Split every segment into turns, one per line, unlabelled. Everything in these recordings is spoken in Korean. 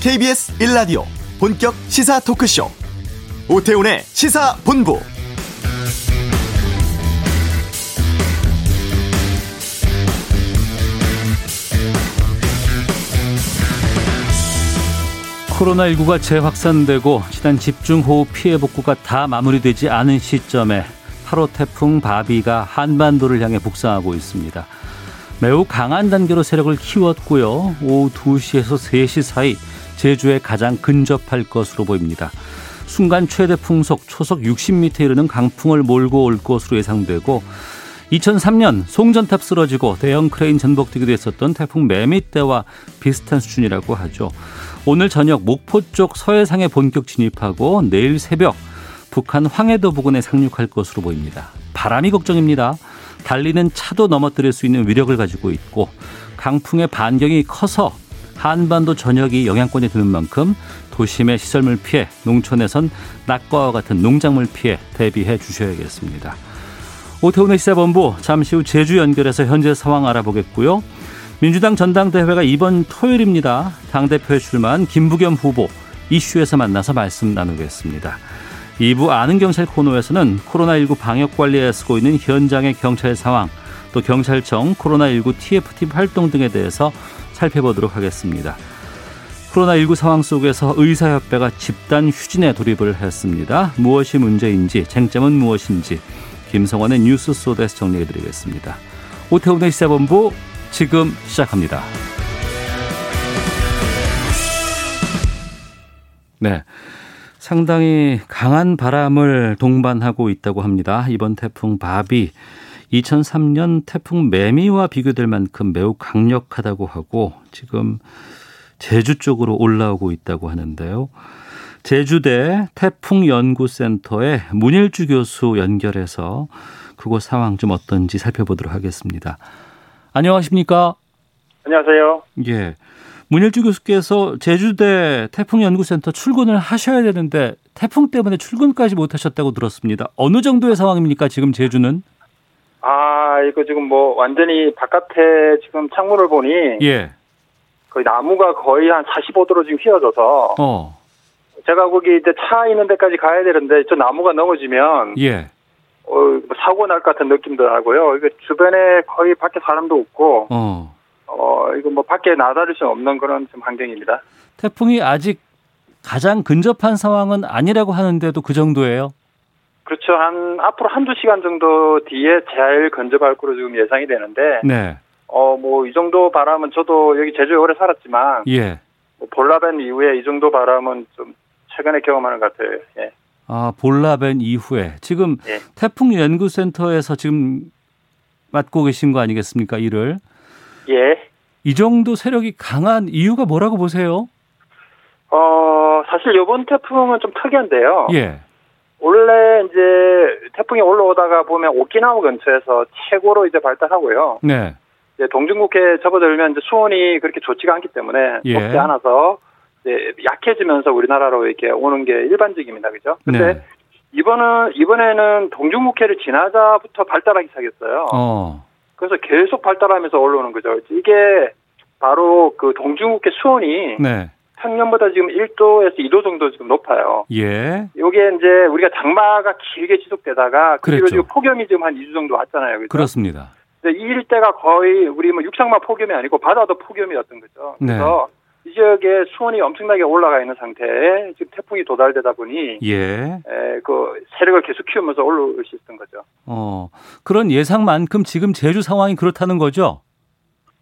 KBS 1라디오 본격 시사 토크쇼 오태훈의 시사본부
코로나19가 재확산되고 지난 집중호우 피해 복구가 다 마무리되지 않은 시점에 8호 태풍 바비가 한반도를 향해 북상하고 있습니다. 매우 강한 단계로 세력을 키웠고요. 오후 2시에서 3시 사이 제주에 가장 근접할 것으로 보입니다. 순간 최대 풍속 초속 60m 이르는 강풍을 몰고 올 것으로 예상되고 2003년 송전탑 쓰러지고 대형 크레인 전복되기도 했었던 태풍 매미 때와 비슷한 수준이라고 하죠. 오늘 저녁 목포 쪽 서해상에 본격 진입하고 내일 새벽 북한 황해도 부근에 상륙할 것으로 보입니다. 바람이 걱정입니다. 달리는 차도 넘어뜨릴 수 있는 위력을 가지고 있고 강풍의 반경이 커서 한반도 전역이 영향권에 드는 만큼 도심의 시설물 피해, 농촌에선 낙과와 같은 농작물 피해 대비해 주셔야겠습니다. 오태훈의 시사본부 잠시 후 제주 연결해서 현재 상황 알아보겠고요. 민주당 전당대회가 이번 토요일입니다. 당대표에 출마한 김부겸 후보 이슈에서 만나서 말씀 나누겠습니다. 2부 아는 경찰 코너에서는 코로나19 방역 관리에 쓰고 있는 현장의 경찰 상황, 또 경찰청 코로나19 TFT 활동 등에 대해서 살펴보도록 하겠습니다. 코로나19 상황 속에서 의사협회가 집단 휴진에 돌입을 했습니다. 무엇이 문제인지, 쟁점은 무엇인지 김성원의 뉴스 소다에서 정리해드리겠습니다. 오태훈의 시사본부 지금 시작합니다. 네. 상당히 강한 바람을 동반하고 있다고 합니다. 이번 태풍 바비 2003년 태풍 매미와 비교될 만큼 매우 강력하다고 하고 지금 제주 쪽으로 올라오고 있다고 하는데요. 제주대 태풍연구센터의 문일주 교수 연결해서 그곳 상황 좀 어떤지 살펴보도록 하겠습니다. 안녕하십니까?
안녕하세요.
예. 문일주 교수께서 제주대 태풍연구센터 출근을 하셔야 되는데 태풍 때문에 출근까지 못 하셨다고 들었습니다. 어느 정도의 상황입니까? 지금 제주는?
아, 이거 지금 뭐 완전히 바깥에 지금 창문을 보니
예.
거의 나무가 거의 한 45도로 지금 휘어져서
어.
제가 거기 이제 차 있는 데까지 가야 되는데 저 나무가 넘어지면
예.
어, 뭐 사고 날 것 같은 느낌도 나고요. 이거 주변에 거의 밖에 사람도 없고
어.
어, 이거 뭐 밖에 나다를 수 없는 그런 좀 환경입니다.
태풍이 아직 가장 근접한 상황은 아니라고 하는데도 그 정도예요.
그렇죠. 한 앞으로 한두 시간 정도 뒤에 제일 근접할 거로 지금 예상이 되는데
네.
어, 뭐 이 정도 바람은 저도 여기 제주에 오래 살았지만
예.
뭐 볼라벤 이후에 이 정도 바람은 좀 최근에 경험하는 것 같아요. 예.
아, 볼라벤 이후에 지금
예.
태풍 연구센터에서 지금 맡고 계신 거 아니겠습니까? 일을.
예.
이 정도 세력이 강한 이유가 뭐라고 보세요?
어, 사실 요번 태풍은 좀 특이한데요.
예.
원래 이제 태풍이 올라오다가 보면 오키나와 근처에서 최고로 이제 발달하고요.
네.
이제 동중국해에 접어들면 이제 수온이 그렇게 좋지가 않기 때문에
예.
높지 않아서 이제 약해지면서 우리나라로 이렇게 오는 게 일반적입니다. 그죠? 근데
네.
이번은 이번에는 동중국해를 지나자부터 발달하기 시작했어요.
어.
그래서 계속 발달하면서 올라오는 거죠. 이게 바로 그 동중국해 수온이
네.
평년보다 지금 1도에서 2도 정도 지금 높아요.
예.
요게 이제 우리가 장마가 길게 지속되다가
그랬죠.
그리고 지금 폭염이 지금 한 2주 정도 왔잖아요. 그죠?
그렇습니다.
근데 이 일대가 거의 우리 뭐 육상만 폭염이 아니고 바다도 폭염이었던 거죠.
네.
그래서 이 지역에 수온이 엄청나게 올라가 있는 상태에 지금 태풍이 도달되다 보니
예.
에, 그 세력을 계속 키우면서 올라올 수 있었던 거죠.
어. 그런 예상만큼 지금 제주 상황이 그렇다는 거죠?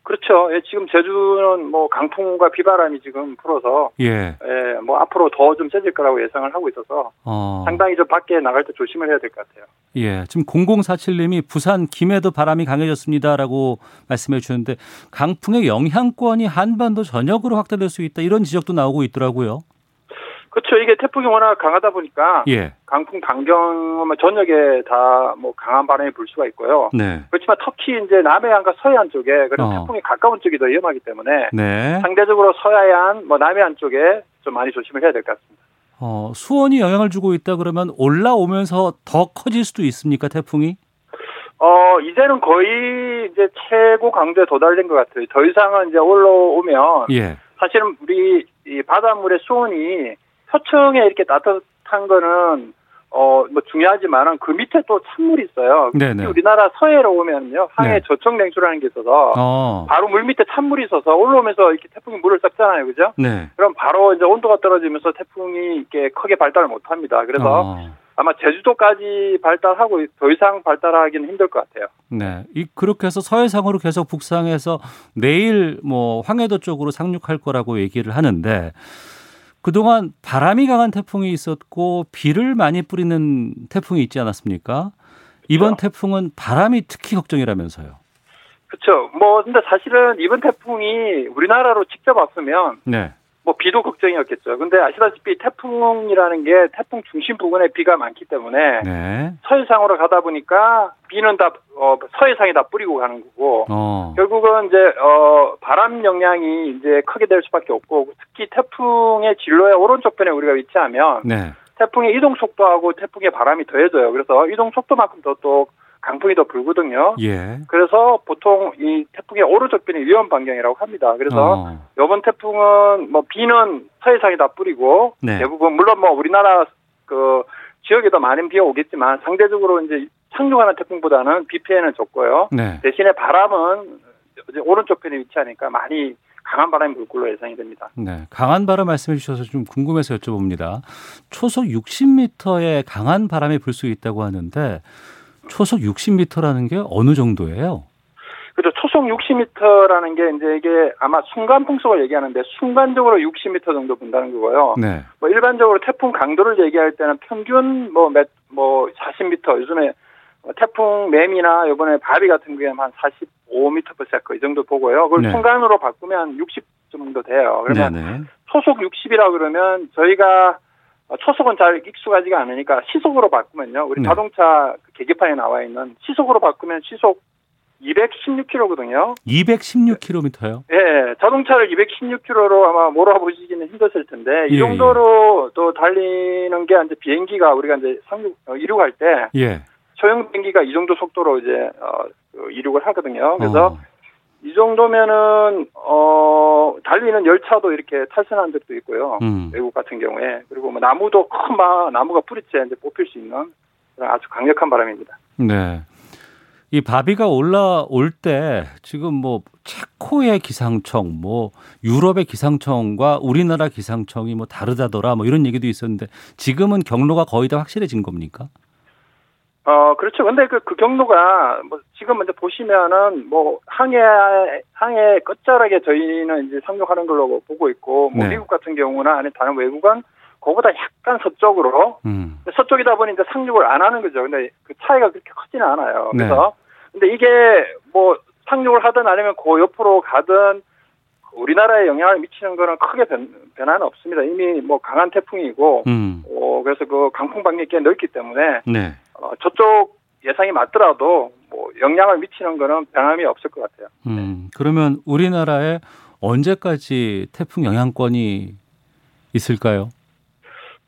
그렇죠. 예, 지금 제주는 뭐 강풍과 비바람이 지금 불어서
예.
예, 뭐 앞으로 더 좀 세질 거라고 예상을 하고 있어서
어.
상당히 좀 밖에 나갈 때 조심을 해야 될 것 같아요.
예, 지금 0047님이 부산 김해도 바람이 강해졌습니다라고 말씀해 주는데 강풍의 영향권이 한반도 전역으로 확대될 수 있다 이런 지적도 나오고 있더라고요.
그렇죠. 이게 태풍이 워낙 강하다 보니까
예,
강풍 반경 전역에 다 뭐 강한 바람이 불 수가 있고요.
네,
그렇지만 특히 이제 남해안과 서해안 쪽에 그런
어.
태풍이 가까운 쪽이 더 위험하기 때문에
네.
상대적으로 서해안, 뭐 남해안 쪽에 좀 많이 조심을 해야 될 것 같습니다.
어, 수온이 영향을 주고 있다 그러면 올라오면서 더 커질 수도 있습니까 태풍이?
어 이제는 거의 이제 최고 강도에 도달된 것 같아요. 더 이상은 이제 올라오면
예,
사실은 우리 이 바닷물의 수온이 표층에 이렇게 따뜻한 거는 어 뭐 중요하지만은 그 밑에 또 찬물이 있어요.
네네.
우리나라 서해로 오면요 항해
네.
저촉 냉수라는 게 있어서
어.
바로 물 밑에 찬물이 있어서 올라오면서 이렇게 태풍이 물을 썩잖아요, 그죠?
네.
그럼 바로 이제 온도가 떨어지면서 태풍이 이렇게 크게 발달을 못합니다. 그래서
어.
아마 제주도까지 발달하고 더 이상 발달하기는 힘들 것 같아요.
네. 이 그렇게 해서 서해상으로 계속 북상해서 내일 뭐 황해도 쪽으로 상륙할 거라고 얘기를 하는데 그동안 바람이 강한 태풍이 있었고 비를 많이 뿌리는 태풍이 있지 않았습니까? 이번 태풍은 바람이 특히 걱정이라면서요.
그렇죠. 뭐 근데 사실은 이번 태풍이 우리나라로 직접 왔으면
네.
뭐 비도 걱정이었겠죠. 근데 아시다시피 태풍이라는 게 태풍 중심 부근에 비가 많기 때문에
네.
서해상으로 가다 보니까 비는 다 어, 서해상에 다 뿌리고 가는 거고
어.
결국은 이제 어, 바람 영향이 이제 크게 될 수밖에 없고 특히 태풍의 진로의 오른쪽 편에 우리가 위치하면
네.
태풍의 이동 속도하고 태풍의 바람이 더해져요. 그래서 이동 속도만큼 더 또 강풍이 더 불거든요.
예.
그래서 보통 이 태풍의 오른쪽 편이 위험 반경이라고 합니다. 그래서
어.
이번 태풍은 뭐 비는 서해상에 다 뿌리고
네.
대부분 물론 뭐 우리나라 그 지역에 더 많은 비가 오겠지만 상대적으로 이제 상륙하는 태풍보다는 비 피해는 적고요.
네.
대신에 바람은 이제 오른쪽 편에 위치하니까 많이 강한 바람이 불 걸로 예상이 됩니다.
네. 강한 바람 말씀해 주셔서 좀 궁금해서 여쭤봅니다. 초속 60m의 강한 바람이 불 수 있다고 하는데 초속 60m라는 게 어느 정도예요?
그죠 초속 60m라는 게 이제 이게 아마 순간 풍속을 얘기하는데 순간적으로 60m 정도 분다는 거고요.
네.
뭐 일반적으로 태풍 강도를 얘기할 때는 평균 뭐몇뭐 40m 요즘에 뭐 태풍 매미나 이번에 바비 같은 경우에는 한 45m/s 이 정도 보고요. 그걸
네.
순간으로 바꾸면 60 정도 돼요. 그러면
네네.
초속 60이라 그러면 저희가 어, 초속은 잘 익숙하지가 않으니까 시속으로 바꾸면요. 우리
네.
자동차 그 계기판에 나와 있는 시속으로 바꾸면 시속 216km거든요.
216km요?
예, 자동차를 216km로 아마 몰아보시기는 힘드실 텐데
예,
이 정도로 또 달리는 게 이제 비행기가 우리가 이제 상륙 어, 이륙할 때
예.
소형 비행기가 이 정도 속도로 이제 어, 그 이륙을 하거든요. 그래서
어.
이 정도면은 어 달리는 열차도 이렇게 탈선한 적도 있고요.
음.
외국 같은 경우에 그리고 뭐 나무도 큰마 나무가 뿌리째 이제 뽑힐 수 있는 그런 아주 강력한 바람입니다.
네. 이 바비가 올라올 때 지금 뭐 체코의 기상청, 뭐 유럽의 기상청과 우리나라 기상청이 뭐 다르다더라 뭐 이런 얘기도 있었는데 지금은 경로가 거의 다 확실해진 겁니까?
어 그렇죠. 근데 그, 그 경로가 뭐 지금 먼저 보시면은 뭐 항해 항해 끝자락에 저희는 이제 상륙하는 걸로 보고 있고 뭐
네.
미국 같은 경우나 아니 다른 외국은 그보다 약간 서쪽으로
음.
서쪽이다 보니 이제 상륙을 안 하는 거죠. 근데 그 차이가 그렇게 크지는 않아요.
네.
그래서 근데 이게 뭐 상륙을 하든 아니면 그 옆으로 가든 우리나라에 영향을 미치는 거는 크게 변, 변화는 없습니다. 이미 뭐 강한 태풍이고
음.
어, 그래서 그 강풍 반경이 꽤 넓기 때문에
네.
어, 저쪽 예상이 맞더라도 뭐 영향을 미치는 거는 변함이 없을 것 같아요. 네.
음. 그러면 우리나라에 언제까지 태풍 영향권이 있을까요?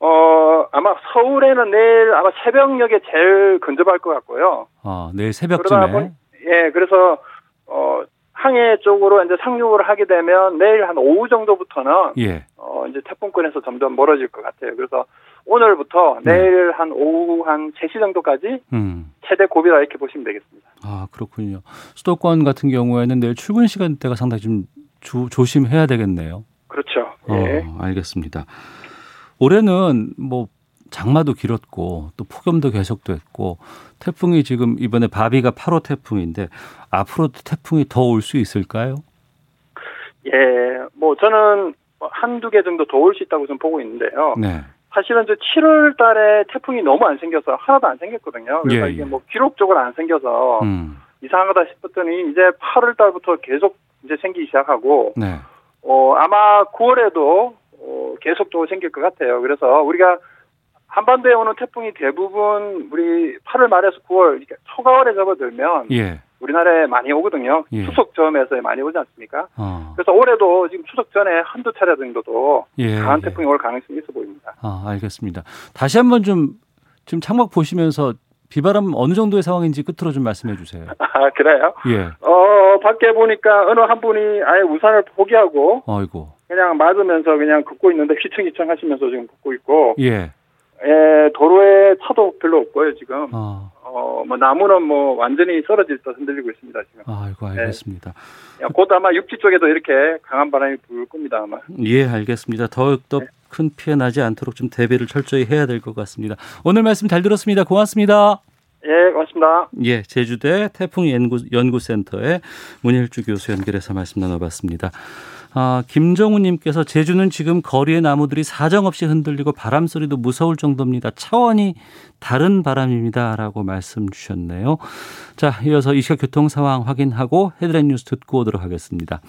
어 아마 서울에는 내일 아마 새벽녘에 제일 근접할 것 같고요.
아, 내일
그러다 보니
새벽쯤에.
예, 그래서 어 항해 쪽으로 이제 상륙을 하게 되면 내일 한 오후 정도부터는
예.
어 이제 태풍권에서 점점 멀어질 것 같아요. 그래서 오늘부터
네.
내일 한 오후 한 3시 정도까지
음.
최대 고비다 이렇게 보시면 되겠습니다.
아 그렇군요. 수도권 같은 경우에는 내일 출근 시간대가 상당히 좀 조, 조심해야 되겠네요.
그렇죠. 예.
어, 알겠습니다. 올해는 뭐 장마도 길었고 또 폭염도 계속됐고 태풍이 지금 이번에 바비가 8호 태풍인데 앞으로도 태풍이 더 올 수 있을까요?
예. 뭐 저는 뭐 한두 개 정도 더 올 수 있다고 좀 보고 있는데요.
네.
사실은 저 7월 달에 태풍이 너무 안 생겨서 하나도 안 생겼거든요. 그래서
예,
이게
예.
뭐 기록적으로 안 생겨서
음.
이상하다 싶었더니 이제 8월 달부터 계속 이제 생기기 시작하고
네.
어 아마 9월에도 어, 계속 또 생길 것 같아요. 그래서 우리가 한반도에 오는 태풍이 대부분 우리 8월 말에서 9월 이렇게 초가을에 접어들면
예.
우리나라에 많이 오거든요.
예.
추석 전에서 많이 오지 않습니까?
어.
그래서 올해도 지금 추석 전에 한두 차례 정도도
예.
강한
예.
태풍이 올 가능성이 있어 보입니다.
아, 알겠습니다. 다시 한번 좀 지금 창밖 보시면서 비바람 어느 정도의 상황인지 끝으로 좀 말씀해 주세요.
아 그래요?
예.
어 밖에 보니까 어느 한 분이 아예 우산을 포기하고
아이고.
그냥 맞으면서 그냥 걷고 있는데 휘청휘청 하시면서 지금 걷고 있고
예.
예, 도로에 차도 별로 없고요 지금
어.
어 뭐 나무는 뭐 완전히 쓰러져 있어 흔들리고 있습니다 지금
아이고 알겠습니다.
야, 곧 아마 육지 쪽에도 이렇게 강한 바람이 불 겁니다 아마
예, 알겠습니다. 더욱 더 큰 피해 나지 않도록 좀 대비를 철저히 해야 될 것 같습니다. 오늘 말씀 잘 들었습니다. 고맙습니다.
예 고맙습니다
예, 제주대 태풍 연구 연구센터의 문일주 교수 연결해서 말씀 나눠봤습니다. 아, 김정우님께서 제주는 지금 거리의 나무들이 사정없이 흔들리고 바람 소리도 무서울 정도입니다. 차원이 다른 바람입니다라고 말씀 주셨네요. 자, 이어서 이 시각 교통 상황 확인하고 헤드라인 뉴스 듣고 오도록 하겠습니다.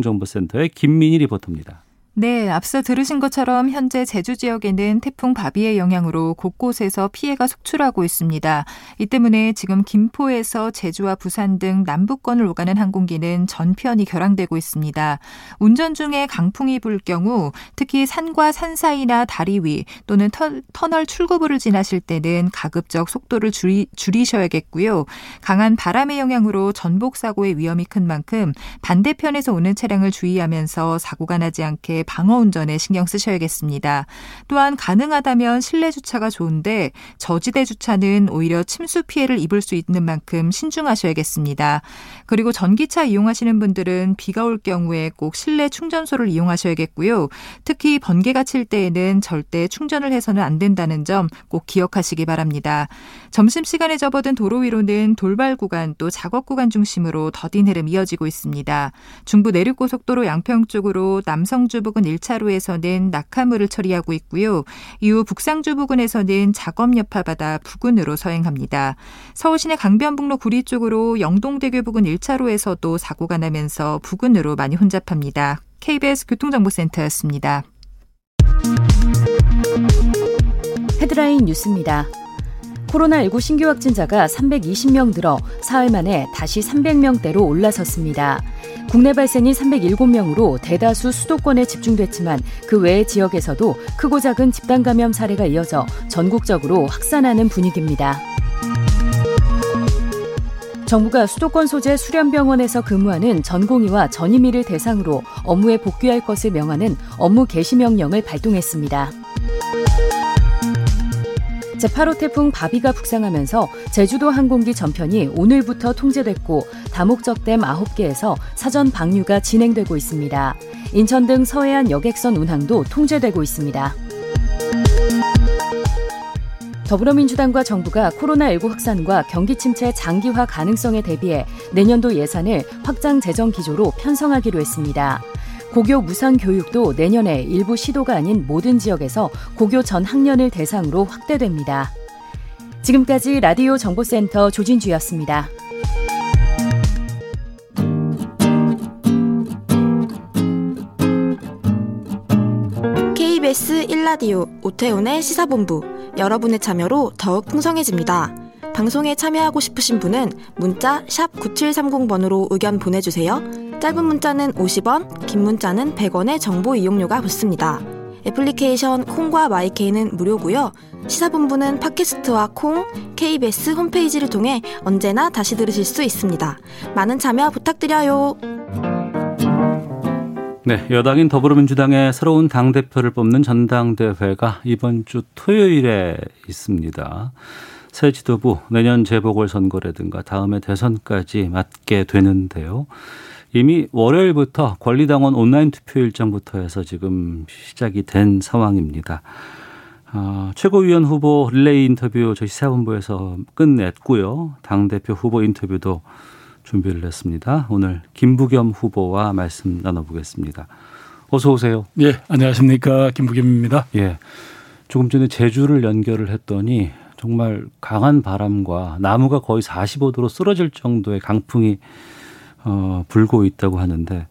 교통정보센터의 김민희 리포터입니다.
네, 앞서 들으신 것처럼 현재 제주 지역에는 태풍 바비의 영향으로 곳곳에서 피해가 속출하고 있습니다. 이 때문에 지금 김포에서 제주와 부산 등 남부권을 오가는 항공기는 전편이 결항되고 있습니다. 운전 중에 강풍이 불 경우 특히 산과 산 사이나 다리 위 또는 터, 터널 출구부를 지나실 때는 가급적 속도를 줄이, 줄이셔야겠고요. 강한 바람의 영향으로 전복 사고의 위험이 큰 만큼 반대편에서 오는 차량을 주의하면서 사고가 나지 않게 방어 운전에 신경 쓰셔야겠습니다. 또한 가능하다면 실내 주차가 좋은데 저지대 주차는 오히려 침수 피해를 입을 수 있는 만큼 신중하셔야겠습니다. 그리고 전기차 이용하시는 분들은 비가 올 경우에 꼭 실내 충전소를 이용하셔야겠고요. 특히 번개가 칠 때에는 절대 충전을 해서는 안 된다는 점 꼭 기억하시기 바랍니다. 점심시간에 접어든 도로 위로는 돌발 구간 또 작업 구간 중심으로 더딘 흐름 이어지고 있습니다. 중부 내륙고속도로 양평 쪽으로 남성주 부근 1차로에서는 낙하물을 처리하고 있고요. 이후 북상주 부근에서는 작업 여파바다 부근으로 서행합니다. 서울시내 강변북로 구리 쪽으로 영동대교 부근 1차로에서도 사고가 나면서 부근으로 많이 혼잡합니다. KBS 교통정보센터였습니다.
헤드라인 뉴스입니다. 코로나19 신규 확진자가 320명 늘어 사흘 만에 다시 300명대로 올라섰습니다. 국내 발생이 307명으로 대다수 수도권에 집중됐지만 그 외의 지역에서도 크고 작은 집단 감염 사례가 이어져 전국적으로 확산하는 분위기입니다. 정부가 수도권 소재 수련병원에서 근무하는 전공의와 전임의를 대상으로 업무에 복귀할 것을 명하는 업무 개시 명령을 발동했습니다. 제8호 태풍 바비가 북상하면서 제주도 항공기 전편이 오늘부터 통제됐고 다목적댐 9개에서 사전 방류가 진행되고 있습니다. 인천 등 서해안 여객선 운항도 통제되고 있습니다. 더불어민주당과 정부가 코로나19 확산과 경기 침체 장기화 가능성에 대비해 내년도 예산을 확장 재정 기조로 편성하기로 했습니다. 고교 무상 교육도 내년에 일부 시도가 아닌 모든 지역에서 고교 전 학년을 대상으로 확대됩니다. 지금까지 라디오 정보센터 조진주였습니다.
KBS 1라디오 오태훈의 시사본부 여러분의 참여로 더욱 풍성해집니다. 방송에 참여하고 싶으신 분은 문자 샵 9730번으로 의견 보내주세요. 짧은 문자는 50원, 긴 문자는 100원의 정보 이용료가 붙습니다. 애플리케이션 콩과 마이케이는 무료고요. 시사본부는 팟캐스트와 콩, KBS 홈페이지를 통해 언제나 다시 들으실 수 있습니다. 많은 참여 부탁드려요.
네, 여당인 더불어민주당의 새로운 당 대표를 뽑는 전당대회가 이번 주 토요일에 있습니다. 새 지도부 내년 재보궐 선거라든가 다음에 대선까지 맡게 되는데요. 이미 월요일부터 권리당원 온라인 투표 일정부터 해서 지금 시작이 된 상황입니다. 아, 최고위원 후보 릴레이 인터뷰 저희 시사본부에서 끝냈고요. 당대표 후보 인터뷰도 준비를 했습니다. 오늘 김부겸 후보와 말씀 나눠보겠습니다. 어서 오세요.
예, 안녕하십니까 김부겸입니다.
예. 조금 전에 제주를 연결을 했더니 정말 강한 바람과 나무가 거의 45도로 쓰러질 정도의 강풍이 어, 불고 있다고 하는데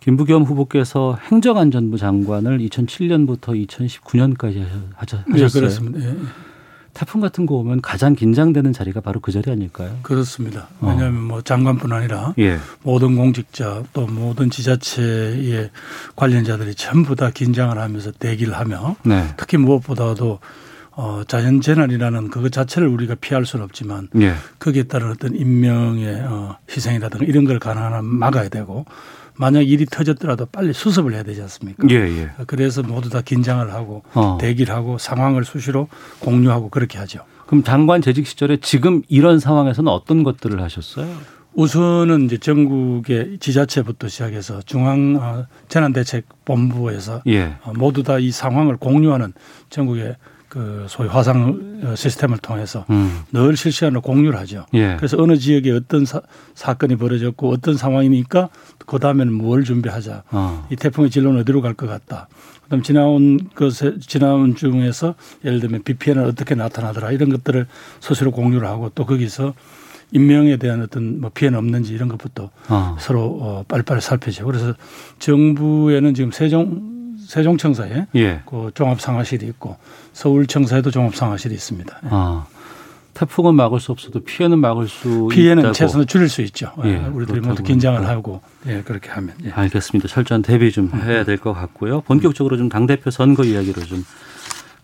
김부겸 후보께서 행정안전부 장관을 2007년부터 2019년까지 하셨,
예,
하셨어요.
그렇습니다. 예,
태풍 같은 거 오면 가장 긴장되는 자리가 바로 그 자리 아닐까요?
그렇습니다.
어.
왜냐하면 뭐 장관뿐 아니라
예.
모든 공직자 또 모든 지자체의 관련자들이 전부 다 긴장을 하면서 대기를 하며
네.
특히 무엇보다도 어, 자연 재난이라는 그것 자체를 우리가 피할 수는 없지만
예.
거기에 따른 어떤 인명의 어, 희생이라든가 이런 걸 가능한 막아야 되고 만약 일이 터졌더라도 빨리 수습을 해야 되지 않습니까?
예, 예.
그래서 모두 다 긴장을 하고
어.
대기를 하고 상황을 수시로 공유하고 그렇게 하죠.
그럼 장관 재직 시절에 지금 이런 상황에서는 어떤 것들을 하셨어요?
우선은 이제 전국의 지자체부터 시작해서 중앙 어, 재난대책본부에서
예.
어, 모두 다 이 상황을 공유하는 전국의 그 소위 화상 어, 시스템을 통해서
음.
늘 실시간으로 공유를 하죠.
예.
그래서 어느 지역에 어떤 사, 사건이 벌어졌고 어떤 상황이니까 그 다음에는 뭘 준비하자.
어.
이 태풍의 진로는 어디로 갈 것 같다. 그다음 지나온 것에 지나온 중에서 예를 들면 비 피해는 어떻게 나타나더라 이런 것들을 스스로 공유를 하고 또 거기서 인명에 대한 어떤 뭐 피해는 없는지 이런 것부터
어.
서로 어 빨리빨리 살펴죠. 그래서 정부에는 지금 세종 세종청사에
예.
그 종합상화실이 있고 서울청사에도 종합상화실이 있습니다. 예.
아, 태풍은 막을 수 없어도 피해는 막을 수
피해는
뭐 있다고.
최소한 줄일 수 있죠.
예,
우리들이
그렇다고
모두 긴장을
하니까.
하고 예, 그렇게 하면. 예.
알겠습니다. 철저한 대비 좀 해야 될 것 같고요. 본격적으로 좀 당대표 선거 이야기로 좀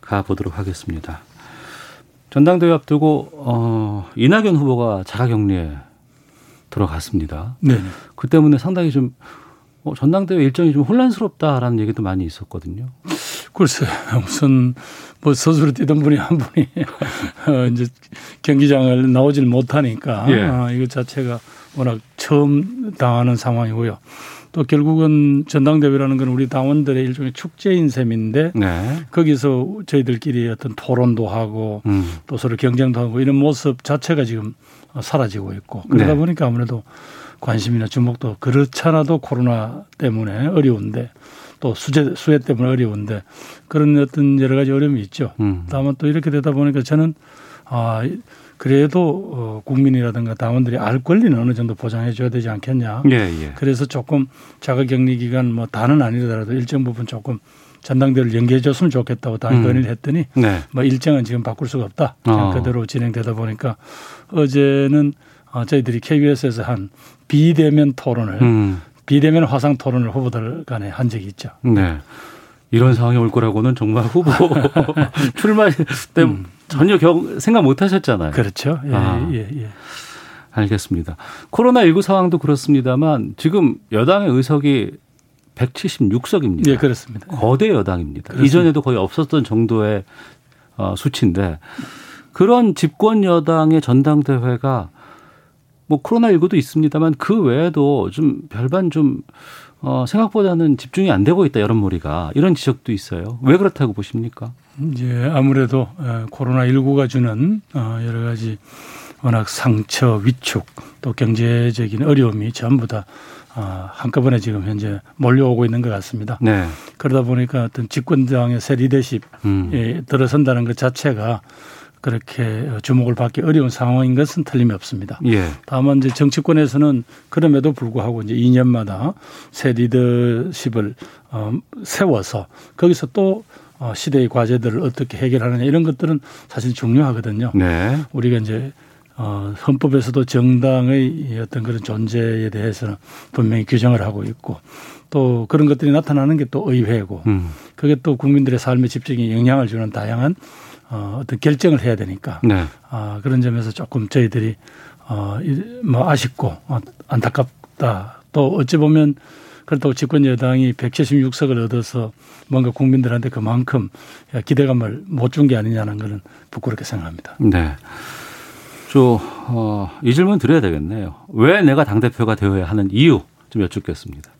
가보도록 하겠습니다. 전당대회 앞두고 어, 이낙연 후보가 자가격리에 들어갔습니다.
네.
그 때문에 상당히 좀 어, 전당대회 일정이 좀 혼란스럽다라는 얘기도 많이 있었거든요.
글쎄 무슨 뭐 서수로 뛰던 분이 한 분이 어, 이제 경기장을 나오질 못하니까
예.
아, 이것 자체가 워낙 처음 당하는 상황이고요. 또 결국은 전당대회라는 건 우리 당원들의 일종의 축제인 셈인데
네.
거기서 저희들끼리 어떤 토론도 하고
음.
또 서로 경쟁도 하고 이런 모습 자체가 지금 어, 사라지고 있고 그러다
네.
보니까 아무래도 관심이나 주목도 그렇잖아도 코로나 때문에 어려운데 또 수재 수혜 때문에 어려운데 그런 어떤 여러 가지 어려움이 있죠.
음.
다만 또 이렇게 되다 보니까 저는 아 그래도 어, 국민이라든가 당원들이 알 권리는 어느 정도 보장해 줘야 되지 않겠냐.
예, 예.
그래서 조금 자가격리 기간 뭐 다는 아니더라도 일정 부분 조금 전당대를 회 연기해 줬으면 좋겠다고 당이
음.
건의를 했더니
네.
뭐 일정은 지금 바꿀 수가 없다. 그냥
어.
그대로 진행되다 보니까 어제는 어, 저희들이 KBS에서 한 비대면 토론을
음.
비대면 화상 토론을 후보들 간에 한 적이 있죠.
네. 이런 상황이 올 거라고는 정말 후보 출마 때 전혀 경- 생각 못 하셨잖아요.
음. 그렇죠. 예,
아.
예, 예.
알겠습니다. 코로나19 상황도 그렇습니다만 지금 여당의 의석이 176석입니다.
예, 그렇습니다.
거대 여당입니다.
그렇습니다.
이전에도 거의 없었던 정도의 어, 수치인데 그런 집권 여당의 전당대회가 뭐 코로나19도 있습니다만 그 외에도 좀 별반 좀 어, 생각보다는 집중이 안 되고 있다 여론몰이가 이런 지적도 있어요. 왜 그렇다고 보십니까?
이제 아무래도 코로나 19가 주는 어, 여러 가지 워낙 상처, 위축, 또 경제적인 어려움이 전부 다 어, 한꺼번에 지금 현재 몰려오고 있는 것 같습니다.
네.
그러다 보니까 어떤 집권당의 세리대십
음.
예, 들어선다는 것 자체가 그렇게 주목을 받기 어려운 상황인 것은 틀림이 없습니다.
예.
다만 이제 정치권에서는 그럼에도 불구하고 이제 2년마다 새 리더십을 어, 세워서 거기서 또 어, 시대의 과제들을 어떻게 해결하느냐 이런 것들은 사실 중요하거든요.
네.
우리가 이제 어, 헌법에서도 정당의 이 어떤 그런 존재에 대해서는 분명히 규정을 하고 있고 또 그런 것들이 나타나는 게 또 의회고
음.
그게 또 국민들의 삶에 집중에 영향을 주는 다양한 어, 어떤 결정을 해야 되니까
네.
아, 그런 점에서 조금 저희들이 어, 이- 뭐 아쉽고 어, 안타깝다. 또 어찌 보면 그렇다고 집권 여당이 176석을 얻어서 뭔가 국민들한테 그만큼 기대감을 못 준 게 아니냐는 것은 부끄럽게 생각합니다.
네. 저, 어, 이 질문 드려야 되겠네요. 왜 내가 당대표가 되어야 하는 이유 좀 여쭙겠습니다.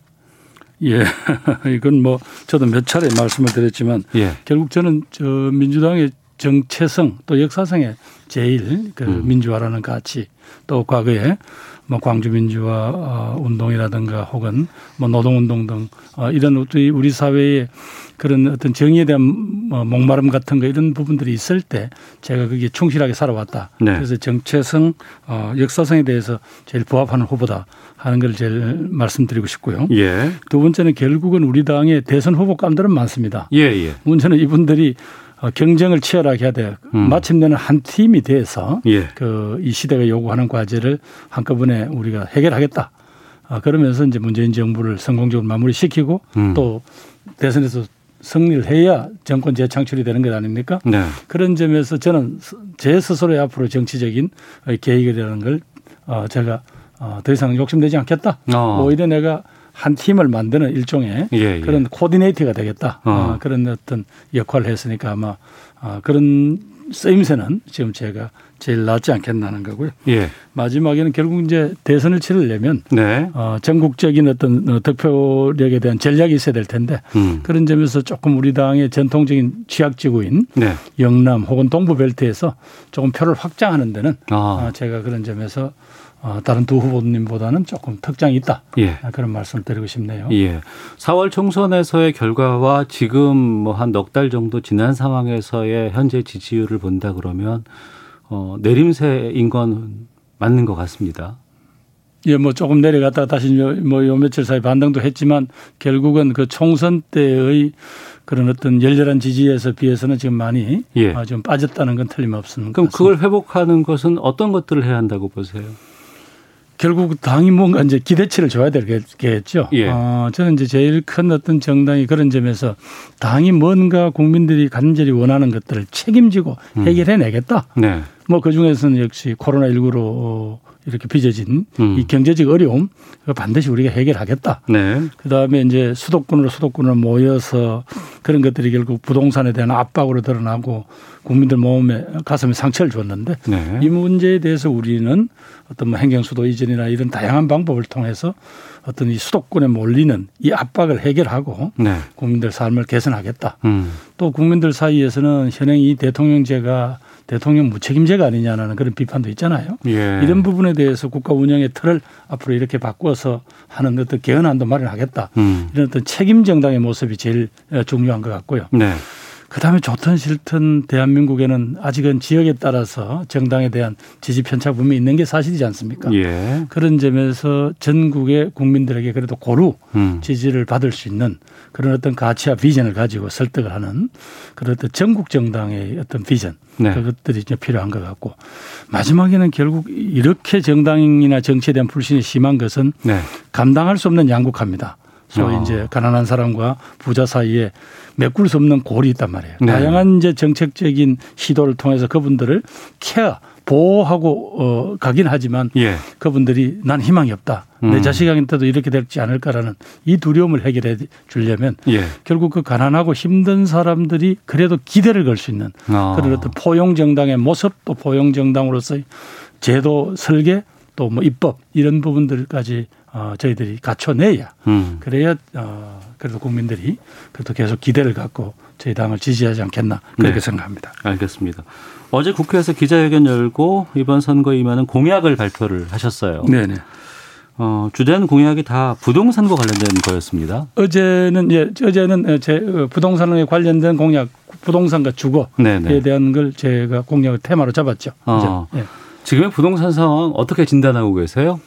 예, 이건 뭐 저도 몇 차례 말씀을 드렸지만
예.
결국 저는 저 민주당의 정체성 또 역사상의 제일 그
음.
민주화라는 가치 또 과거에 뭐 광주 민주화 어, 운동이라든가 혹은 뭐 노동 운동 등 어, 이런 우리 우리 사회의 그런 어떤 정의에 대한 뭐 목마름 같은 거 이런 부분들이 있을 때 제가 거기에 충실하게 살아왔다.
네.
그래서 정체성 어, 역사성에 대해서 제일 부합하는 후보다 하는 걸 제일 말씀드리고 싶고요.
예.
두 번째는 결국은 우리 당의 대선 후보 감들은 많습니다.
예, 예.
문제는 이분들이 어, 경쟁을 치열하게 해야 돼요.
음.
마침내는 한 팀이 돼서
예.
그 이 시대가 요구하는 과제를 한꺼번에 우리가 해결하겠다. 아, 그러면서 이제 문재인 정부를 성공적으로 마무리시키고
음.
또 대선에서 승리를 해야 정권 재창출이 되는 것 아닙니까?
네.
그런 점에서 저는 스- 제 스스로의 앞으로 정치적인 계획이라는 걸 어, 제가 어, 더 이상 욕심내지 않겠다.
어.
오히려 내가 한 팀을 만드는 일종의
예, 예.
그런 코디네이터가 되겠다.
어.
아, 그런 어떤 역할을 했으니까 아마 아, 그런 쓰임새는 지금 제가 제일 낫지 않겠나 하는 거고요.
예.
마지막에는 결국 이제 대선을 치르려면
네.
어, 전국적인 어떤 어, 득표력에 대한 전략이 있어야 될 텐데
음.
그런 점에서 조금 우리 당의 전통적인 취약지구인
네.
영남 혹은 동부벨트에서 조금 표를 확장하는 데는
아.
아, 제가 그런 점에서 어, 다른 두 후보님보다는 조금 특장이 있다.
예.
아, 그런 말씀을 드리고 싶네요.
예. 4월 총선에서의 결과와 지금 뭐 한 넉 달 정도 지난 상황에서의 현재 지지율을 본다 그러면 어, 내림세인 건 맞는 것 같습니다.
예, 뭐 조금 내려갔다가 다시 요, 뭐 요 며칠 사이 반등도 했지만 결국은 그 총선 때의 그런 어떤 열렬한 지지에서 비해서는 지금 많이
예.
아, 좀 빠졌다는 건 틀림없습니다.
그럼 그걸 회복하는 것은 어떤 것들을 해야 한다고 보세요?
결국 당이 뭔가 이제 기대치를 줘야 되겠죠.
예.
어, 저는 이제 제일 큰 어떤 정당이 그런 점에서 당이 뭔가 국민들이 간절히 원하는 것들을 책임지고
음.
해결해내겠다.
네.
뭐 그 중에서는 역시 코로나 19로 이렇게 빚어진
음.
이 경제적 어려움 그거 반드시 우리가 해결하겠다.
네.
그다음에 이제 수도권으로 수도권으로 모여서 그런 것들이 결국 부동산에 대한 압박으로 드러나고 국민들 몸에 가슴에 상처를 줬는데
네.
이 문제에 대해서 우리는 어떤 뭐 행정수도 이전이나 이런 다양한 방법을 통해서 어떤 이 수도권에 몰리는 이 압박을 해결하고
네.
국민들 삶을 개선하겠다.
음.
또 국민들 사이에서는 현행 이 대통령제가 대통령 무책임제가 아니냐는 그런 비판도 있잖아요.
예.
이런 부분에 대해서 국가 운영의 틀을 앞으로 이렇게 바꿔서 하는 어떤 개헌안도 마련하겠다.
음.
이런 어떤 책임 정당의 모습이 제일 중요한 것 같고요.
네.
그다음에 좋든 싫든 대한민국에는 아직은 지역에 따라서 정당에 대한 지지 편차분이 있는 게 사실이지 않습니까?
예.
그런 점에서 전국의 국민들에게 그래도 고루
음.
지지를 받을 수 있는 그런 어떤 가치와 비전을 가지고 설득을 하는 그런 어떤 전국 정당의 어떤 비전
네.
그것들이 이제 필요한 것 같고 마지막에는 결국 이렇게 정당이나 정치에 대한 불신이 심한 것은
네.
감당할 수 없는 양극화입니다. 소위
어.
이제 가난한 사람과 부자 사이에 메꿀 수 없는 골이 있단 말이에요.
네.
다양한 이제 정책적인 시도를 통해서 그분들을 케어 보호하고 어 가긴 하지만
예.
그분들이 난 희망이 없다. 내
음.
자식한테도 이렇게 될지 않을까라는 이 두려움을 해결해 주려면
예.
결국 그 가난하고 힘든 사람들이 그래도 기대를 걸 수 있는
아.
그런 어떤 포용 정당의 모습 또 포용 정당으로서의 제도 설계 또 뭐 입법 이런 부분들까지 어, 저희들이 갖춰내야
음.
그래야 어, 그래도 국민들이 그래도 계속 기대를 갖고 저희 당을 지지하지 않겠나 그렇게
네.
생각합니다.
알겠습니다. 어제 국회에서 기자회견 열고 이번 선거에 임하는 공약을 발표를 하셨어요.
네네.
어, 주된 공약이 다 부동산과 관련된 거였습니다.
어제는 예 어제는 제 부동산에 관련된 공약 부동산과 주거에
음, 네네.
대한 걸 제가 공약을 테마로 잡았죠.
어.
어제. 예.
지금의 부동산 상황 어떻게 진단하고 계세요?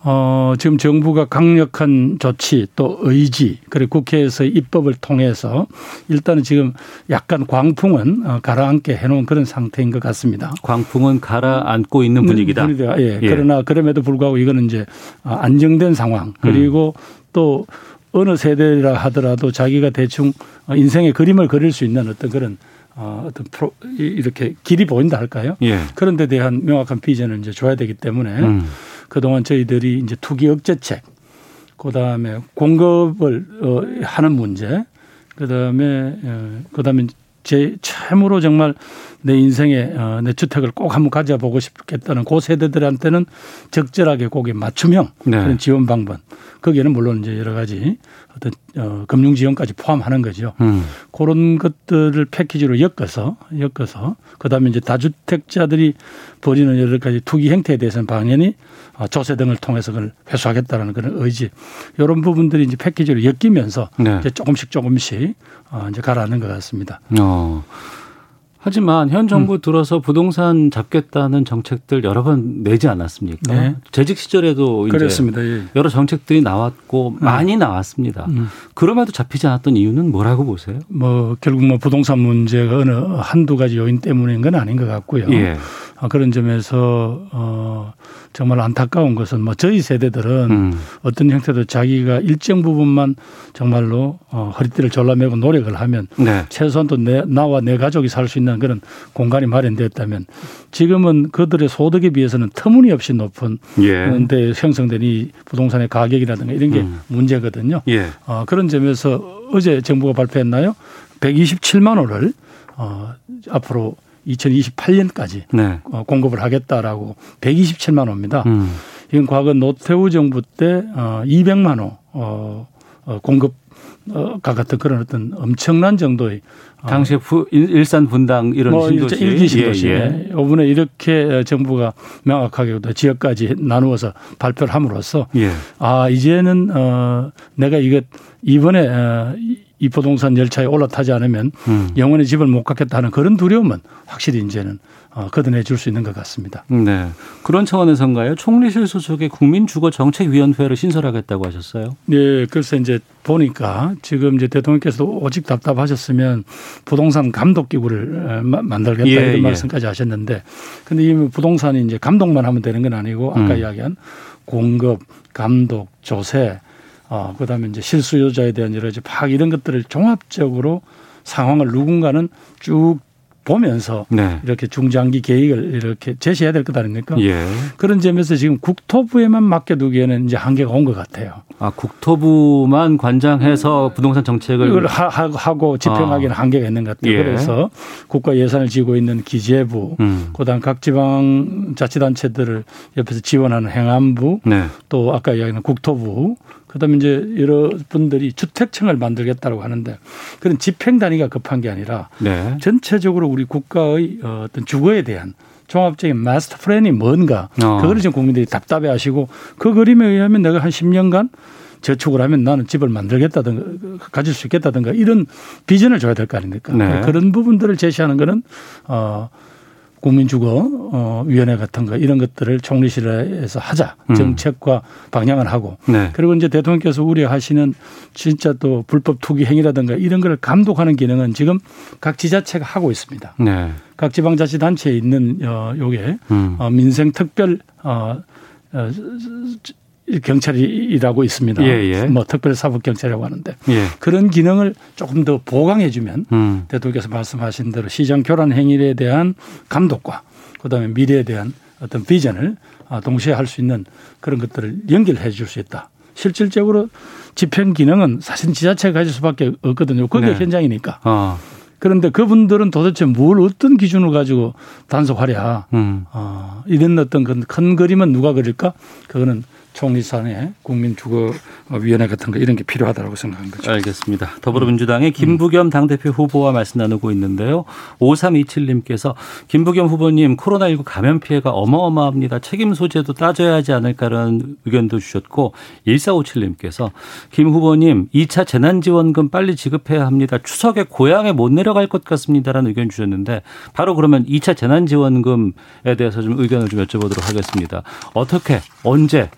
어, 지금 정부가 강력한 조치 또 의지 그리고 국회에서 입법을 통해서 일단은 지금 약간 광풍은 어, 가라앉게 해놓은 그런 상태인 것 같습니다.
광풍은 가라앉고 있는 분위기다.
분위기가, 예.
예.
그러나 그럼에도 불구하고 이거는 이제 아, 안정된
음.
상황 그리고 또 어느 세대라 하더라도 자기가 대충 어, 인생의 그림을 그릴 수 있는 어떤 그런 어, 어떤 프로 이- 이렇게 길이 보인다 할까요?
예.
그런 데 대한 명확한 비전을 이제 줘야 되기 때문에
음.
그동안 저희들이 이제 투기 억제책, 그다음에 공급을 어, 하는 문제, 그다음에 어, 그다음에 제 참으로 정말 내 인생에 어, 내 주택을 꼭 한번 가져보고 싶겠다는 고 세대들한테는 적절하게 거기에 맞춤형
네.
그런 지원 방법. 거기에는 물론 이제 여러 가지 어떤 어, 금융 지원까지 포함하는 거죠.
음.
그런 것들을 패키지로 엮어서 엮어서 그다음에 이제 다주택자들이 벌이는 여러 가지 투기 행태에 대해서는 당연히 어, 조세 등을 통해서 그걸 회수하겠다라는 그런 의지 이런 부분들이 이제 패키지로 엮이면서
네.
이제 조금씩 조금씩 어, 이제 가라앉는 것 같습니다.
어. 하지만 현 정부
음.
들어서 부동산 잡겠다는 정책들 여러 번 내지 않았습니까?
네.
재직 시절에도 이제
그렇습니다. 예.
여러 정책들이 나왔고 많이 나왔습니다.
음.
그럼에도 잡히지 않았던 이유는 뭐라고 보세요?
뭐 결국 뭐 부동산 문제가 어느 한두 가지 요인 때문인 건 아닌 것 같고요.
예.
그런 점에서 어 정말 안타까운 것은 뭐 저희 세대들은 음. 어떤 형태도 자기가 일정 부분만 정말로 어 허리띠를 졸라매고 노력을 하면 네. 최소한 또 내, 나와 내 가족이 살 수 있는 그런 공간이 마련되었다면 지금은 그들의 소득에 비해서는 터무니없이 높은 예. 데 형성된 이 부동산의 가격이라든가 이런 게 음. 문제거든요. 예. 어 그런 점에서 어제 정부가 발표했나요? 127만 원을 어 앞으로 2028년까지 네. 어, 공급을 하겠다라고 127만 원입니다. 음. 이건 과거 노태우 정부 때 어, 200만 원 어, 어, 공급과 같은 그런 어떤 엄청난 정도의
당시 부, 일산 분당 이런 뭐 신도시
아. 일기 신도시 예, 예. 이번에 이렇게 정부가 명확하게 지역까지 나누어서 발표를 함으로써 예. 아 이제는 어, 내가 이거 이번에 어, 이 부동산 열차에 올라타지 않으면 음. 영원히 집을 못 갖겠다는 그런 두려움은 확실히 이제는 어, 거둬내 줄 수 있는 것 같습니다.
네. 그런 차원에서인가요? 총리실 소속의 국민주거정책위원회를 신설하겠다고 하셨어요?
네. 글쎄 이제 보니까 지금 이제 대통령께서도 오직 답답하셨으면 부동산 감독기구를 만들겠다 예, 이런 예. 말씀까지 하셨는데 근데 이 부동산이 이제 감독만 하면 되는 건 아니고 아까 음. 이야기한 공급, 감독, 조세 어, 그다음에 이제 실수요자에 대한 여러 가지 파악 이런 것들을 종합적으로 상황을 누군가는 쭉 보면서 네. 이렇게 중장기 계획을 이렇게 제시해야 될 것 아닙니까? 예. 그런 점에서 지금 국토부에만 맡겨두기에는 이제 한계가 온 것 같아요.
아 국토부만 관장해서 부동산 정책을
하, 하고 집행하기는 음. 아. 한계가 있는 것 같아요. 예. 그래서 국가 예산을 지고 있는 기재부, 음. 그다음 각 지방 자치단체들을 옆에서 지원하는 행안부, 네. 또 아까 이야기한 국토부, 그다음에 이제 여러분들이 주택청을 만들겠다고 하는데 그런 집행 단위가 급한 게 아니라 네. 전체적으로 우리 국가의 어떤 주거에 대한 종합적인 마스터 플랜이 뭔가 어. 그거를 지금 국민들이 답답해하시고 그 그림에 의하면 내가 한 10년간 저축을 하면 나는 집을 만들겠다든가 가질 수 있겠다든가 이런 비전을 줘야 될 거 아닙니까? 네. 그런 부분들을 제시하는 거는 어. 국민주거위원회 같은 거 이런 것들을 총리실에서 하자 정책과 음. 방향을 하고 네. 그리고 이제 대통령께서 우려하시는 진짜 또 불법 투기 행위라든가 이런 걸 감독하는 기능은 지금 각 지자체가 하고 있습니다. 네. 각 지방자치단체에 있는 어 요게 음. 어 민생 특별 어 경찰이라고 있습니다. 예, 예. 뭐 특별 사법 경찰이라고 하는데 예. 그런 기능을 조금 더 보강해주면 음. 대통령께서 말씀하신 대로 시장 교란 행위에 대한 감독과 그다음에 미래에 대한 어떤 비전을 아, 동시에 할 수 있는 그런 것들을 연결해 줄 수 있다. 실질적으로 집행 기능은 사실 지자체가 가질 수밖에 없거든요. 그게 네. 현장이니까. 어. 그런데 그분들은 도대체 뭘 어떤 기준을 가지고 단속하랴. 음. 어, 이런 어떤 큰 그림은 누가 그릴까? 그거는 총리산에 국민주거위원회 같은 거 이런 게 필요하다고 생각한 거죠.
알겠습니다. 더불어민주당의 김부겸 당대표 후보와 말씀 나누고 있는데요. 5327님께서 김부겸 후보님 코로나19 감염 피해가 어마어마합니다. 책임 소재도 따져야 하지 않을까라는 의견도 주셨고 1457님께서 김 후보님 2차 재난지원금 빨리 지급해야 합니다. 추석에 고향에 못 내려갈 것 같습니다라는 의견 주셨는데 바로 그러면 2차 재난지원금에 대해서 좀 의견을 좀 여쭤보도록 하겠습니다. 어떻게 언제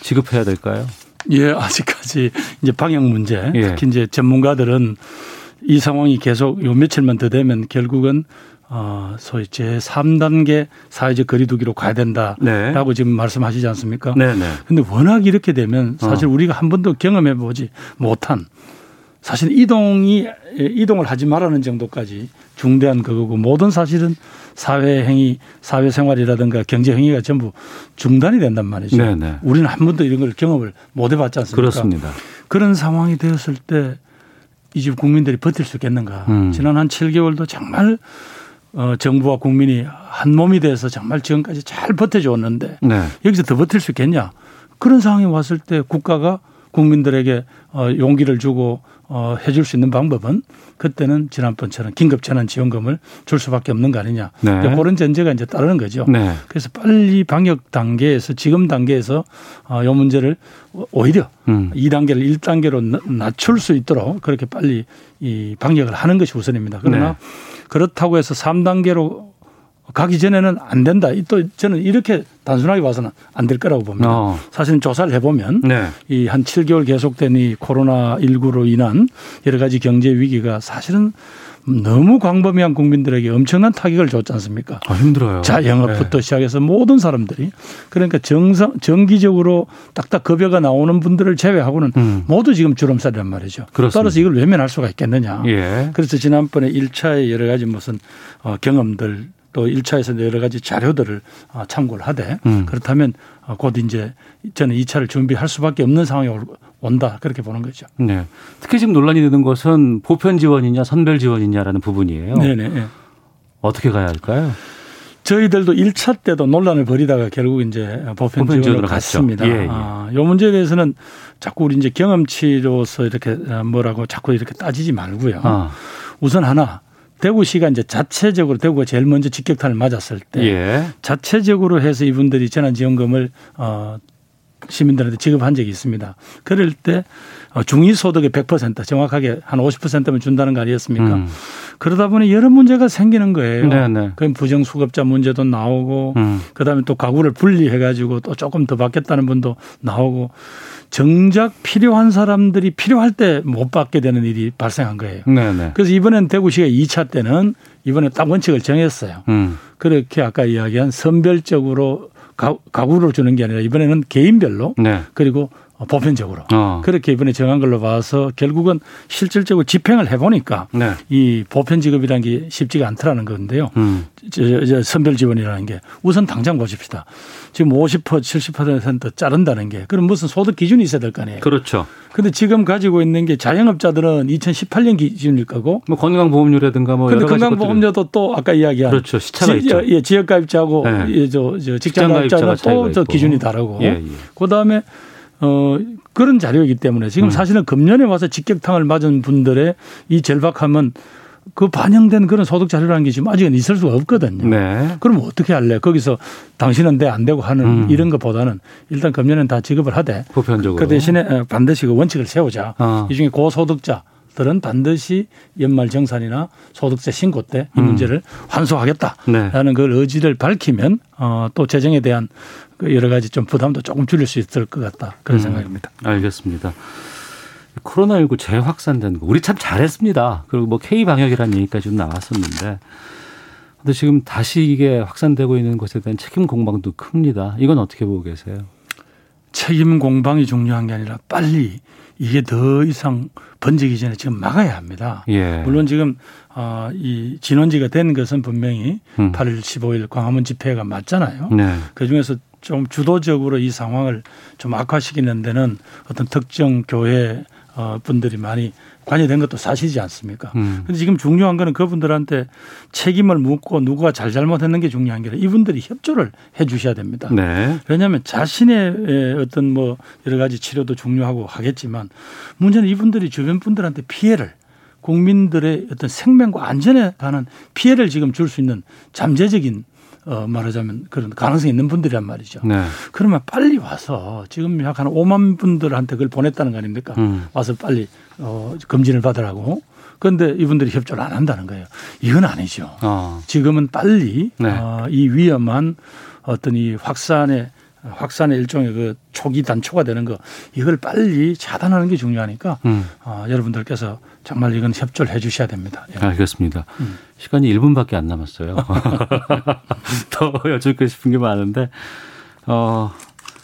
지급해야 될까요?
예, 아직까지 이제 방역 문제 예. 특히 이제 전문가들은 이 상황이 계속 요 며칠만 더 되면 결국은 어, 소위 제3단계 사회적 거리두기로 가야 된다라고 네. 지금 말씀하시지 않습니까? 네, 네. 근데 워낙 이렇게 되면 사실 어. 우리가 한 번도 경험해 보지 못한 사실 이동이 예, 이동을 하지 말라는 정도까지 중대한 그거고 모든 사실은 사회 행위, 사회 생활이라든가 경제 행위가 전부 중단이 된단 말이죠. 네네. 우리는 한 번도 이런 걸 경험을 못 해봤지 않습니까?
그렇습니다.
그런 상황이 되었을 때 이 집 국민들이 버틸 수 있겠는가? 음. 지난 한 7개월도 정말 어, 정부와 국민이 한 몸이 돼서 정말 지금까지 잘 버텨줬는데 네. 여기서 더 버틸 수 있겠냐? 그런 상황이 왔을 때 국가가 국민들에게 어, 용기를 주고 어, 해줄 수 있는 방법은 그때는 지난번처럼 긴급 재난 지원금을 줄 수밖에 없는 거 아니냐. 네. 그런 전제가 이제 따르는 거죠. 네. 그래서 빨리 방역 단계에서 지금 단계에서 어, 요 문제를 오히려 음. 2단계를 1단계로 낮출 수 있도록 그렇게 빨리 이 방역을 하는 것이 우선입니다. 그러나 네. 그렇다고 해서 3단계로 가기 전에는 안 된다. 또 저는 이렇게 단순하게 봐서는 안 될 거라고 봅니다. 어. 사실 조사를 해보면 네. 이한 7개월 계속된 이 코로나 19로 인한 여러 가지 경제 위기가 사실은 너무 광범위한 국민들에게 엄청난 타격을 줬지 않습니까?
아, 네. 힘들어요.
자, 영업부터 시작해서 모든 사람들이 그러니까 정상 정기적으로 딱딱 급여가 나오는 분들을 제외하고는
음.
모두 지금 주름살이란 말이죠.
그렇습니다.
따라서 이걸 외면할 수가 있겠느냐.
예.
그래서 지난번에 1차에 여러 가지 무슨 어, 경험들 또 1차에서 여러 가지 자료들을 어, 참고를 하되
음.
그렇다면 어, 곧 이제 저는 2차를 준비할 수밖에 없는 상황이 올- 온다 그렇게 보는 거죠.
네. 특히 지금 논란이 되는 것은 보편 지원이냐 선별 지원이냐라는 부분이에요.
네네. 예.
어떻게 가야 할까요?
저희들도 1차 때도 논란을 벌이다가 결국 이제 보편
보편
지원으로
지원으로
갔습니다.
갔죠. 예, 예.
아, 이 문제에 대해서는 자꾸 우리 이제 경험치로서 이렇게 어, 뭐라고 자꾸 이렇게 따지지 말고요.
아,
우선 하나 대구시가 이제 자체적으로 대구가 제일 먼저 직격탄을 맞았을 때
예.
자체적으로 해서 이분들이 재난지원금을 어, 시민들한테 지급한 적이 있습니다. 그럴 때 어, 중위소득의 100% 정확하게 한 50%면 준다는 거 아니었습니까?
음.
그러다 보니 여러 문제가 생기는 거예요.
네네.
그럼 부정수급자 문제도 나오고
음.
그다음에 또 가구를 분리해 가지고 또 조금 더 받겠다는 분도 나오고 정작 필요한 사람들이 필요할 때 못 받게 되는 일이 발생한
음.
거예요.
네네.
그래서 이번엔 대구시가 2차 때는 이번에 딱 원칙을 정했어요.
음.
그렇게 아까 이야기한 선별적으로 가- 가구를 주는 게 아니라 이번에는 개인별로
네.
그리고 어, 보편적으로
어.
그렇게 이번에 정한 걸로 봐서 결국은 실질적으로 집행을 해보니까
네.
이 보편 지급이라는 게 쉽지가 않더라는 건데요.
음.
저, 저 선별 지원이라는 게 우선 당장 보십시다. 지금 50% 70% 자른다는 게 그럼 무슨 소득 기준이 있어야 될 거 아니에요.
그렇죠.
근데 지금 가지고 있는 게 자영업자들은 2018년 기준일 거고
뭐 건강보험료라든가 뭐
근데
여러 가지 것들이-
건강보험료도 또 아까 이야기한
그렇죠. 시차가
지-
있죠.
예, 지역가입자하고
네.
예, 저, 저
직장가입자가
직장가입자는
차이가
또저
있고.
기준이 다르고
예, 예.
그다음에 어 그런 자료이기 때문에
음.
지금 사실은 금년에 와서 직격탄을 맞은 분들의 이 절박함은 그 반영된 그런 소득 자료라는 게 지금 아직은 있을 수가 없거든요.
네.
그럼 어떻게 할래? 거기서 당신은 내 안 되고 하는
음.
이런 것보다는 일단 금년엔 다 지급을 하되
보편적으로.
그 대신에 어, 반드시 그 원칙을 세우자.
아.
이 중에 고소득자들은 반드시 연말 정산이나 소득세 신고 때 이
음.
문제를
네.
환수하겠다라는 그 의지를 밝히면 어, 또 재정에 대한 그 여러 가지 좀 부담도 조금 줄일 수 있을 것 같다 그런
음.
생각입니다.
알겠습니다. 코로나19 재확산된 거 우리 참 잘했습니다. 그리고 뭐 K 방역이라는 얘기까지 좀 나왔었는데 근데 지금 다시 이게 확산되고 있는 것에 대한 책임 공방도 큽니다. 이건 어떻게 보고 계세요?
책임 공방이 중요한 게 아니라 빨리 이게 더 이상 번지기 전에 지금 막아야 합니다.
예.
물론 지금 어, 이 진원지가 된 것은 분명히
음.
8월 15일 광화문 집회가 맞잖아요.
네.
그 중에서 좀 주도적으로 이 상황을 좀 악화시키는 데는 어떤 특정 교회 어, 분들이 많이 관여된 것도 사실이지 않습니까?
음.
근데 지금 중요한 거는 그분들한테 책임을 묻고 누가 잘잘못했는 게 중요한 게 아니라 이분들이 협조를 해 주셔야 됩니다.
네.
왜냐하면 자신의 에, 어떤 뭐 여러 가지 치료도 중요하고 하겠지만 문제는 이분들이 주변 분들한테 피해를 국민들의 어떤 생명과 안전에 관한 피해를 지금 줄 수 있는 잠재적인 어 말하자면 그런 가능성이 있는 분들이란 말이죠.
네.
그러면 빨리 와서 지금 약 한 5만 분들한테 그걸 보냈다는 거 아닙니까?
음.
와서 빨리 어 검진을 받으라고. 그런데 이분들이 협조를 안 한다는 거예요. 이건 아니죠.
어.
지금은 빨리
네.
어, 이 위험한 어떤 이 확산의 확산의 일종의 그 초기 단초가 되는 거 이걸 빨리 차단하는 게 중요하니까
음.
어, 여러분들께서 정말 이건 협조를 해주셔야 됩니다. 예.
알겠습니다. 시간이 1분밖에 안 남았어요. 더 여쭙고 싶은 게 많은데, 어,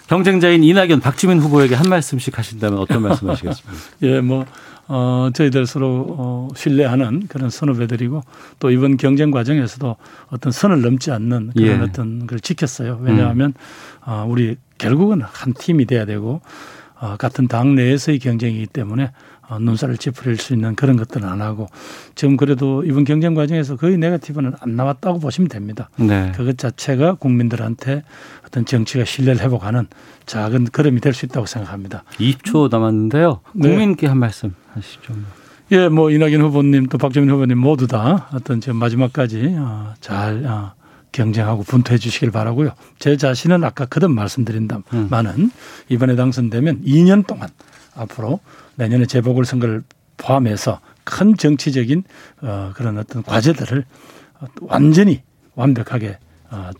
경쟁자인 이낙연, 박주민 후보에게 한 말씀씩 하신다면 어떤 말씀 하시겠습니까?
예, 뭐, 어, 저희들 서로 어, 신뢰하는 그런 선후배들이고 또 이번 경쟁 과정에서도 어떤 선을 넘지 않는 그런
예. 음.
어떤 걸 지켰어요. 왜냐하면 어, 우리 결국은 한 팀이 돼야 되고 어, 같은 당 내에서의 경쟁이기 때문에 어, 눈살을 찌푸릴 수 있는 그런 것들은 안 하고 지금 그래도 이번 경쟁 과정에서 거의 네거티브는 안 나왔다고 보시면 됩니다.
네.
그것 자체가 국민들한테 어떤 정치가 신뢰를 회복하는 작은 걸음이 될 수 있다고 생각합니다.
20초 남았는데요.
네.
국민께 한 말씀 하시죠.
예, 뭐 이낙연 후보님 또 박주민 후보님 모두 다 어떤 지금 마지막까지 어, 잘 어, 경쟁하고 분투해 주시길 바라고요. 제 자신은 아까 그든 말씀드린다만은 이번에 당선되면 2년 동안 앞으로 내년에 재보궐 선거를 포함해서 큰 정치적인 어, 그런 어떤 과제들을 어, 완전히 완벽하게 어,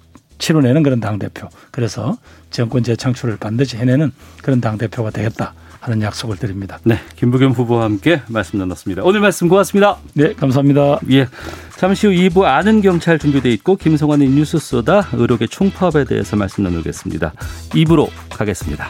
치러내는 그런 당 대표. 그래서 정권 재창출을 반드시 해내는 그런 당 대표가 되겠다. 하는 약속을 드립니다.
네, 김부겸 후보와 함께 말씀 나눴습니다. 오늘 말씀 고맙습니다.
네, 감사합니다.
예. 잠시 후 2부 아는 경찰 준비돼 있고 김성환의 뉴스 쏘다 의료계 총파업에 대해서 말씀 나누겠습니다. 2부로 가겠습니다.